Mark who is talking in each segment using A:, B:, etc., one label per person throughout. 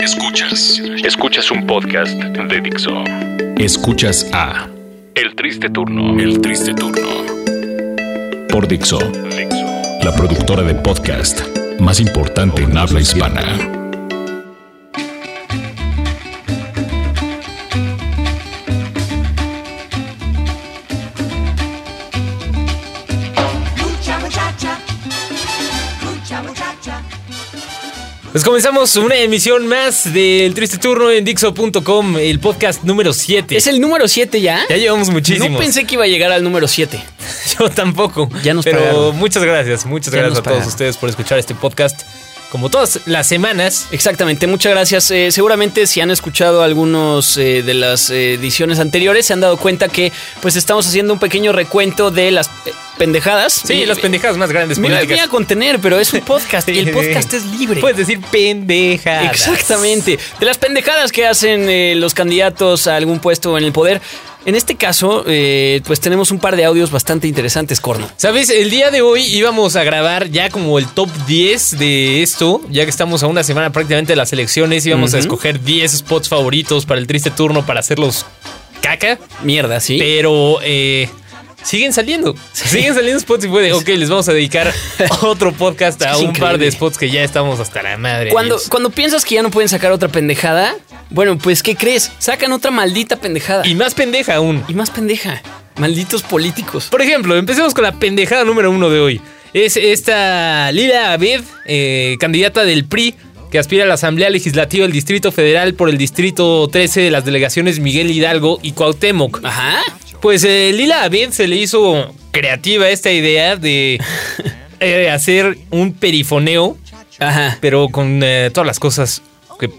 A: Escuchas. Escuchas un podcast de Dixo. Escuchas a El Triste Turno. El Triste Turno. Por Dixo. La productora de podcast más importante en habla hispana.
B: Pues comenzamos una emisión más del Triste Turno en Dixo.com, el podcast número 7.
C: ¿Es el número 7 ya?
B: Ya llevamos muchísimo.
C: No pensé que iba a llegar al número 7.
B: Yo tampoco.
C: Ya nos
B: Pero
C: pagaron.
B: muchas gracias, muchas
C: Ya
B: gracias
C: nos
B: a todos
C: pagaron.
B: ustedes por escuchar este podcast. Como todas las semanas,
C: Exactamente, muchas gracias. Eh, seguramente si han escuchado algunos eh, de las eh, ediciones anteriores se han dado cuenta que pues estamos haciendo un pequeño recuento de las eh, pendejadas.
B: sí,
C: Eh,
B: las pendejadas más grandes
C: Me voy
B: políticas.
C: a contener, pero es un podcast y el
B: Sí, Pues,
C: podcast
B: sí.
C: es libre.
B: Puedes decir pendejadas.
C: Exactamente. De las pendejadas que hacen eh, los candidatos a algún puesto en el poder. En este caso, eh, pues tenemos un par de audios bastante interesantes, Corno.
B: ¿Sabes? El día de hoy íbamos a grabar ya como el top 10 de esto, ya que estamos a una semana prácticamente de las elecciones, íbamos a escoger 10 spots favoritos para el triste turno para hacerlos caca.
C: Mierda, sí.
B: Pero eh, siguen saliendo. Siguen saliendo spots y puede. Ok, les vamos a dedicar otro podcast
C: Es
B: a
C: que es
B: un par de
C: increíble.
B: spots que ya estamos hasta la madre.
C: Cuando,
B: amigos.
C: cuando piensas que ya no pueden sacar otra pendejada, bueno, pues ¿qué crees? Sacan otra maldita pendejada.
B: Y
C: Y,
B: más pendeja aún.
C: más pendeja. Malditos políticos.
B: Por ejemplo, empecemos con la pendejada número uno de hoy. Es esta Lila Abed, eh, candidata del PRI, que aspira a la Asamblea Legislativa del Distrito Federal por el Distrito 13 de las delegaciones Miguel Hidalgo y Cuauhtémoc.
C: Ajá.
B: Pues eh, Lila Abed se le hizo creativa esta idea de eh, hacer un perifoneo,
C: Ajá.
B: pero con eh, todas las cosas que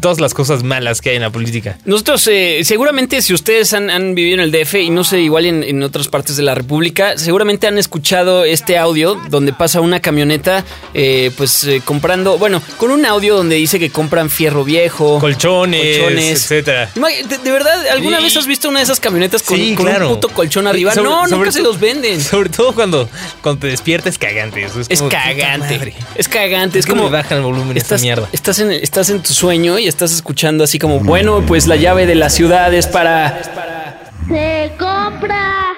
B: todas las cosas malas que hay en la política.
C: Nosotros, eh, seguramente, si ustedes han, han vivido en el DF y no sé, igual en, en otras partes de la República, seguramente han escuchado este audio donde pasa una camioneta, eh, pues eh, comprando, bueno, con un audio donde dice que compran fierro viejo,
B: Colchones,
C: colchones.
B: etcétera.
C: Ima- De, de verdad, ¿alguna
B: Sí.
C: vez has visto una de esas camionetas con,
B: Sí,
C: con
B: claro.
C: un puto colchón arriba?
B: Sobre-
C: no,
B: sobre
C: nunca se
B: todo-
C: los venden.
B: Sobre todo cuando, cuando te despiertas cagante. eso
C: Es
B: como, Oh, puta
C: cagante.
B: madre.
C: Es cagante. Es
B: ¿Por qué
C: como.
B: me bajan el volumen de esta
C: Estás,
B: mierda? Mm.
C: estás, en, estás en tu sueño y estás escuchando así como, bueno, pues la llave de la ciudad es para...
D: Se compra.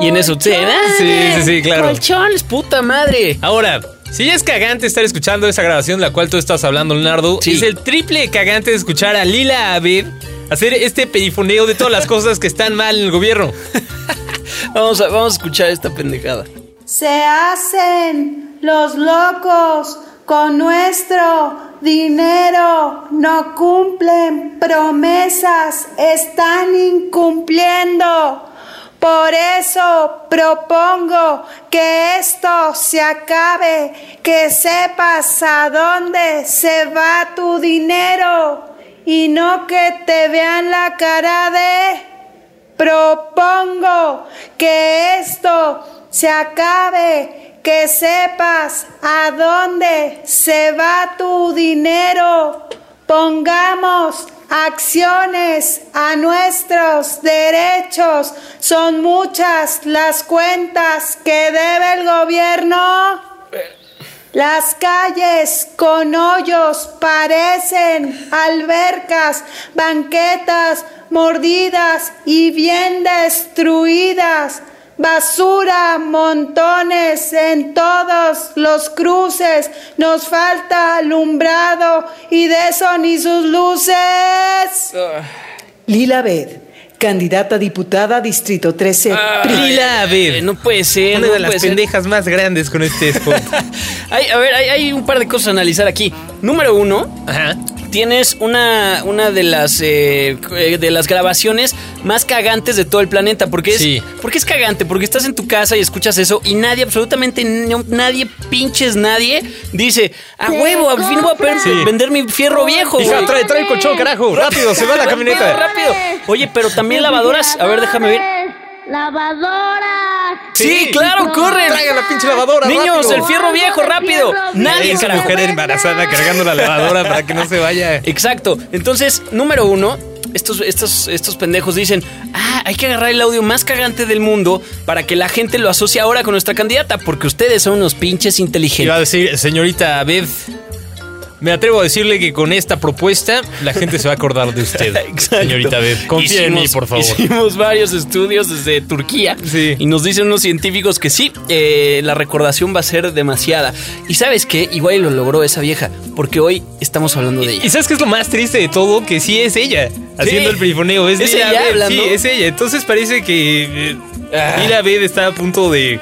C: Y en eso, ¿sí? ¡Ah!
D: colchones.
B: Sí, sí, sí, claro.
C: Colchones, puta madre.
B: Ahora, si es cagante estar escuchando esa grabación de la cual tú estás hablando, Leonardo,
C: Sí.
B: es el triple cagante de escuchar a Lila Abed hacer este perifoneo de todas las cosas que están mal en el gobierno.
C: Vamos a, vamos a escuchar esta pendejada.
E: Se hacen los locos con nuestro dinero, no cumplen promesas, están incumpliendo. Por eso propongo que esto se acabe, que sepas a dónde se va tu dinero y no que te vean la cara de... Propongo que esto se acabe, que sepas a dónde se va tu dinero. Pongamos acciones a nuestros derechos. Son muchas las cuentas que debe el gobierno. Las calles con hoyos parecen albercas, banquetas mordidas y bien destruidas. Basura, montones en todos los cruces. Nos falta alumbrado y de eso ni sus luces. Lila Bed, candidata a diputada Distrito 13.
B: Lila
C: Eh,
B: Abed.
C: no puede ser,
B: una
C: no
B: de las
C: puede ser.
B: pendejas más grandes con este spot.
C: Hay- a ver, hay, hay un par de cosas a analizar aquí. Número uno,
B: Ajá.
C: Tienes una, una de las eh, eh, de las grabaciones más cagantes de todo el planeta. Porque es,
B: Sí.
C: porque es cagante, porque estás en tu casa y escuchas eso y nadie, absolutamente no- nadie, pinches nadie, dice, a huevo, al fin voy a poder
B: Sí.
C: vender mi fierro viejo.
B: Hija,
C: güey".
B: trae, trae el colchón, carajo. Rápido, se va la
C: Rápido,
B: camioneta.
C: rápido. Oye, pero también lavadoras. A ver, déjame ver.
D: Lavadoras.
C: Sí, claro, corren.
B: Traigan la pinche lavadora,
C: Niños,
B: rápido.
C: el fierro viejo, rápido.
D: Fierro viejo.
C: Nadie,
B: Esa
C: carajo.
B: mujer embarazada cargando la lavadora para que no se vaya.
C: Exacto. Entonces, número uno, estos, estos, estos pendejos dicen, ah, hay que agarrar el audio más cagante del mundo para que la gente lo asocie ahora con nuestra candidata, porque ustedes son unos pinches
B: Iba a
C: inteligentes.
B: decir, señorita Abed, Me atrevo a decirle que con esta propuesta la gente se va a acordar de usted,
C: Exacto.
B: señorita Beth. Confíe en mí,
C: Hicimos-
B: por favor.
C: Hicimos varios estudios desde Turquía
B: Sí.
C: y nos dicen unos científicos que sí, eh, la recordación va a ser demasiada. Y sabes qué, igual y lo logró esa vieja, porque hoy estamos hablando de
B: ¿Y
C: ella.
B: sabes qué es lo más triste de todo? Que sí es ella haciendo el brifoneo. Es,
C: Es
B: Lila
C: ella
B: Abed,
C: hablando.
B: Sí, es ella. Entonces parece que eh,
C: Ah.
B: Lila Bed está a punto de...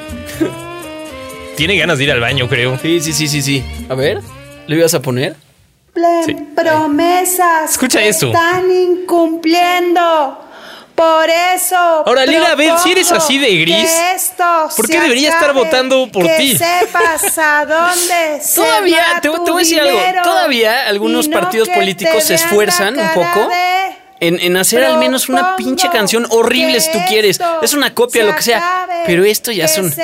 B: Tiene ganas de ir al baño, creo.
C: Sí, sí, sí, sí, sí. A ver, ¿lo ibas a poner?
E: cumplen promesas
B: Escucha
E: que
B: esto.
E: están incumpliendo. Por eso.
B: Ahora, Lila Beth,
E: propongo
B: si eres así de gris,
E: que esto
B: ¿por qué
E: se
B: debería estar
E: acabe,
B: votando por
E: que
B: ti?
E: sepas a dónde se
C: Todavía,
E: va
C: te-
E: tu
C: te voy a decir algo,
E: dinero
C: todavía algunos
E: y no
C: partidos
E: que te
C: políticos se
E: vean la
C: esfuerzan un
E: cara
C: poco
E: de-
C: En, en hacer al menos una pinche canción horrible si tú quieres. Es una copia, lo que sea. Pero esto ya son...
B: Sí,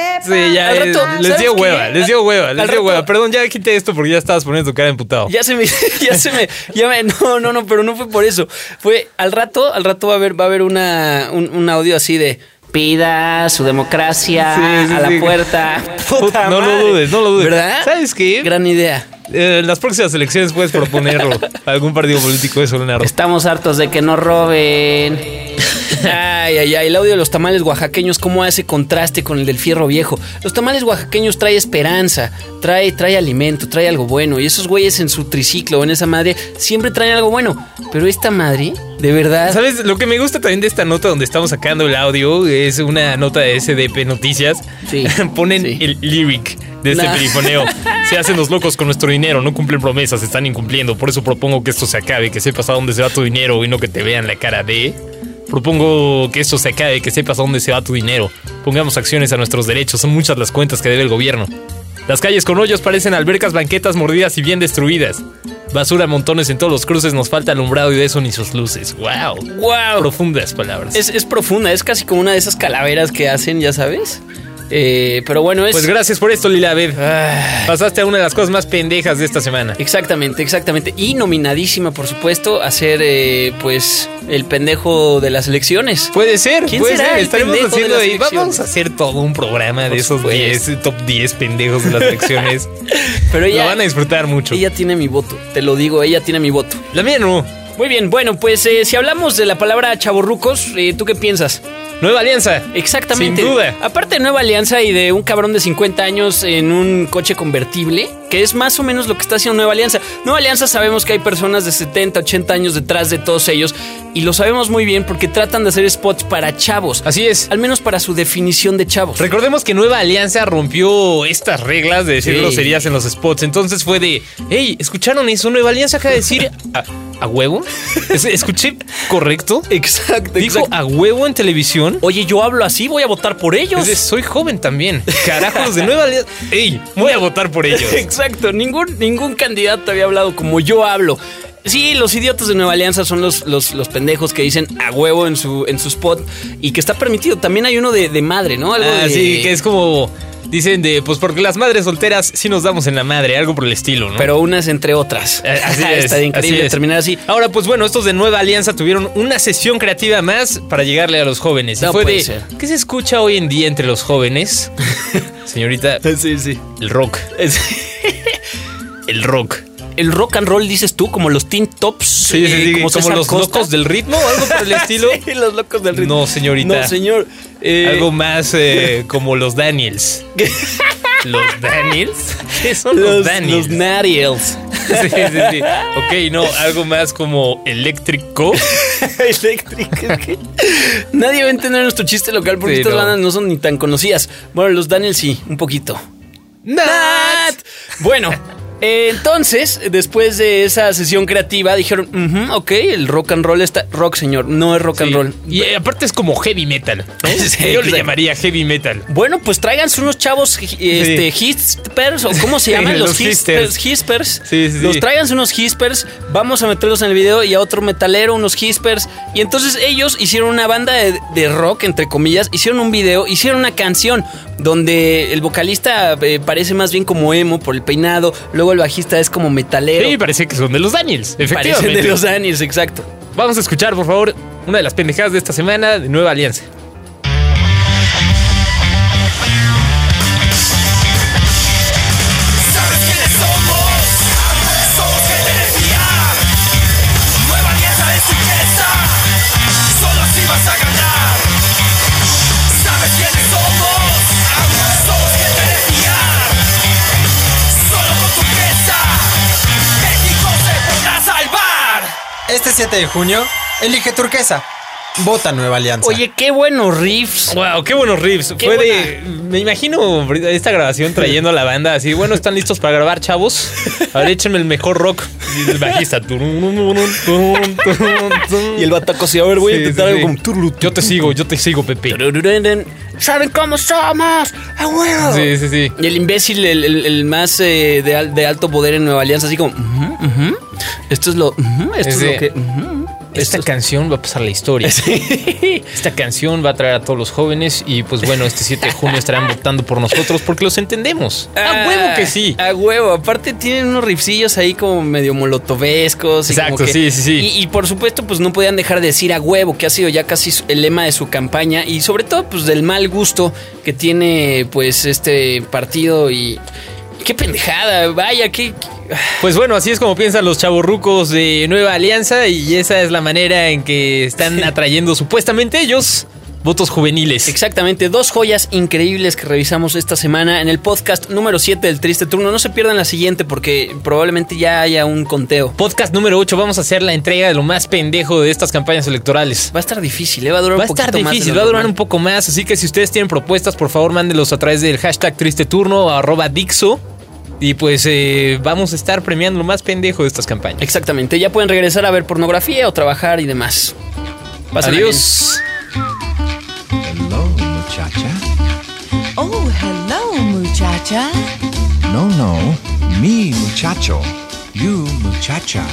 B: ya
C: Al
B: es-
C: rato,
B: les
C: ¿sabes
B: dio
C: qué?
B: hueva, les dio hueva, les
C: Al
B: dio
C: rato-
B: hueva. Perdón, ya quité esto porque ya estabas poniendo tu cara de emputado.
C: Ya se me, ya se me, ya me- no, no, no, pero no fue por eso. Fue al rato, al rato va a haber, va a haber una, un, un audio así de pida su democracia
B: Sí, sí,
C: a la
B: sí.
C: puerta. Puta
B: no
C: madre.
B: lo dudes, no lo dudes.
C: ¿Verdad?
B: ¿Sabes qué?
C: Gran idea.
B: Eh, en las próximas elecciones puedes proponerlo a algún partido político de Solenaro.
C: Estamos hartos de que nos roben. Ay, ay, ay, el audio de los tamales oaxaqueños, cómo hace contraste con el del fierro viejo. Los tamales oaxaqueños trae esperanza, trae, trae alimento, trae algo bueno. Y esos güeyes en su triciclo, en esa madre, siempre traen algo bueno. Pero esta madre, de verdad,
B: ¿Sabes? Lo que me gusta también de esta nota donde estamos sacando el audio es una nota de SDP Noticias.
C: Sí,
B: Ponen
C: sí.
B: el lyric de este
C: Nah.
B: perifoneo. Se hacen los locos con nuestro dinero, no cumplen promesas, están incumpliendo. Por eso propongo que esto se acabe, que sepas a dónde se va tu dinero y no que te vean la cara de... Propongo que esto se acabe, que sepas a dónde se va tu dinero. Pongamos acciones a nuestros derechos, son muchas las cuentas que debe el gobierno. Las calles con hoyos parecen albercas, banquetas mordidas y bien destruidas. Basura a montones en todos los cruces, nos falta alumbrado y de eso ni sus luces. ¡Wow!
C: Guau.
B: Profundas palabras.
C: es, es profunda, es casi como una de esas calaveras que hacen, ya sabes. Eh, pero bueno, es...
B: Pues gracias por esto, Lila Beb.
C: Ah.
B: Pasaste a una de las cosas más pendejas de esta semana.
C: Exactamente, exactamente. Y nominadísima, por supuesto, a ser, eh, pues, el pendejo de las elecciones.
B: Puede ser,
C: ¿Quién
B: puede
C: será
B: ser.
C: el
B: Estaremos
C: pendejo de
B: haciendo
C: las
B: ahí. va-
C: elecciones?
B: Vamos a hacer todo un programa de
C: Por
B: esos
C: supuesto.
B: 10, top 10 pendejos de las elecciones.
C: Pero
B: Lo
C: ella,
B: van a disfrutar mucho.
C: ella tiene mi voto, te lo digo, ella tiene mi voto.
B: La mía no.
C: Muy bien, bueno, pues eh, si hablamos de la palabra chaborrucos, eh, ¿tú qué piensas?
B: Nueva alianza.
C: Exactamente.
B: Sin duda.
C: Aparte de Nueva Alianza y de un cabrón de 50 años en un coche convertible, que es más o menos lo que está haciendo Nueva Alianza. Nueva Alianza sabemos que hay personas de 70, 80 años detrás de todos ellos y lo sabemos muy bien porque tratan de hacer spots para chavos.
B: Así es.
C: Al menos para su definición de chavos.
B: Recordemos que Nueva Alianza rompió estas reglas de decir
C: Sí.
B: groserías en los spots. Entonces fue de, hey, ¿escucharon eso? Nueva Alianza acaba de decir a, a huevo. Es- ¿Escuché correcto?
C: Exacto,
B: Dijo a huevo en televisión.
C: Oye, yo hablo así, voy a votar por ellos.
B: Es de, soy joven también. Carajos de Nueva Alianza. Ey, voy a votar por ellos.
C: Exacto, ningún, ningún candidato había hablado como yo hablo. Sí, los idiotas de Nueva Alianza son los, los, los pendejos que dicen a huevo en su, en su spot y que está permitido. También hay uno de, de madre, ¿no? Algo
B: Ah,
C: de-
B: sí, que es como. Dicen de, pues porque las madres solteras sí nos damos en la madre, algo por el estilo, ¿no?
C: Pero unas entre otras.
B: Eh, Así es,
C: Está increíble
B: así es.
C: terminar así.
B: Ahora, pues bueno, estos de Nueva Alianza tuvieron una sesión creativa más para llegarle a los jóvenes. Y
C: No
B: fue
C: puede
B: de,
C: ser.
B: ¿qué se escucha hoy en día entre los jóvenes? Señorita,
C: Sí, sí.
B: el rock. El rock.
C: El rock and roll, dices tú, como los Teen Tops.
B: Sí, sí,
C: eh,
B: sí, como,
C: César
B: los
C: Costa.
B: locos del ritmo, algo por el estilo.
C: Sí, los locos del ritmo.
B: No, señorita.
C: No, señor. Eh,
B: Algo más eh, como los Daniels. ¿Los Daniels? ¿Qué son los,
C: los,
B: Daniels?
C: los Nariels.
B: Sí, sí, sí. Ok, no, algo más como eléctrico.
C: eléctrica. Nadie va a entender nuestro chiste local porque
B: Sí,
C: estas
B: no.
C: bandas no son ni tan conocidas. Bueno, los Daniels sí, un poquito.
B: ¡Nat!
C: Bueno, eh, entonces, después de esa sesión creativa, dijeron, "Ujú, ok, el rock and roll está... Rock, señor, no es rock and roll.
B: Y eh, aparte es como heavy metal. ¿no?
C: Sí,
B: Yo le
C: exacto.
B: llamaría heavy metal.
C: Bueno, pues tráiganse unos chavos eh, este, hispers, o cómo se
B: Sí,
C: llaman los,
B: los
C: hispers.
B: hipsters.
C: hispers.
B: Sí, sí, sí.
C: Los tráiganse unos hispers, vamos a meterlos en el video y a otro metalero, unos hispers. Y entonces ellos hicieron una banda de, de rock, entre comillas, hicieron un video, hicieron una canción donde el vocalista eh, parece más bien como emo por el peinado, luego el bajista es como metalero.
B: Sí, parece que son de los Daniels. Efectivamente.
C: Parecen de los Daniels, exacto.
B: Vamos a escuchar, por favor, una de las pendejadas de esta semana de Nueva Alianza.
F: ¿Sabes quiénes somos? Somos Este 7 de junio, elige turquesa. Vota Nueva Alianza.
C: Oye, qué buenos riffs.
B: Wow, qué buenos riffs.
C: Qué
B: Fue de. Me imagino esta grabación trayendo a la banda así. Bueno, están listos para grabar, chavos. A ver, échenme el mejor rock. Y el bajista.
C: Y el bataco así, a ver, voy a
B: Sí,
C: intentar
B: sí,
C: algo
B: sí.
C: como turlu.
B: Yo te sigo, yo te sigo, Pepe.
C: Tururururun. ¿Saben cómo somos? ¡A huevo!
B: Sí, sí, sí.
C: Y el imbécil, el, el- el más eh, de, al- de alto poder en Nueva Alianza, así como, "Ujú, ujú, esto es lo, ujú, esto
B: Sí.
C: es lo que, ujú, esto
B: Esta
C: es-
B: canción va a pasar a la historia. Esta canción va a traer a todos los jóvenes y pues bueno, este 7 de junio estarán votando por nosotros porque los entendemos.
C: Ah,
B: A huevo que sí.
C: A huevo. Aparte tienen unos rifcillos ahí como medio molotovescos. y
B: Exacto,
C: como que-
B: sí, sí, sí.
C: Y, y por supuesto, pues no podían dejar de decir a huevo, que ha sido ya casi su- el lema de su campaña. Y sobre todo, pues del mal gusto que tiene pues este partido y... ¡Qué pendejada! Vaya, qué... qué-
B: Pues bueno, así es como piensan los chavorrucos de Nueva Alianza y esa es la manera en que están atrayendo supuestamente ellos votos juveniles.
C: Exactamente, dos joyas increíbles que revisamos esta semana en el podcast número 7 del Triste Turno. No se pierdan la siguiente porque probablemente ya haya un conteo.
B: Podcast número 8, vamos a hacer la entrega de lo más pendejo de estas campañas electorales.
C: Va a estar difícil, ¿eh? va a durar
B: Va a
C: un poquito
B: estar
C: más de
B: difícil,
C: lo
B: va a durar
C: normal.
B: un poco más, así que si ustedes tienen propuestas, por favor mándenlos a través del hashtag triste turno arroba Dixo y pues eh, vamos a estar premiando lo más pendejo de estas campañas.
C: Exactamente, ya pueden regresar a ver pornografía o trabajar y demás. Pásenla
B: Adiós.
G: Hello, muchacha.
H: Oh, hello, muchacha.
G: No, no. Me, muchacho. You, muchacha.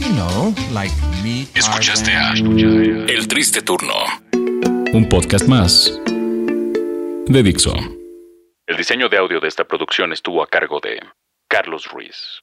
G: You know, like me.
A: Escuchaste a El Triste Turno. Un podcast más de Dixo. El diseño de audio de esta producción estuvo a cargo de Carlos Ruiz.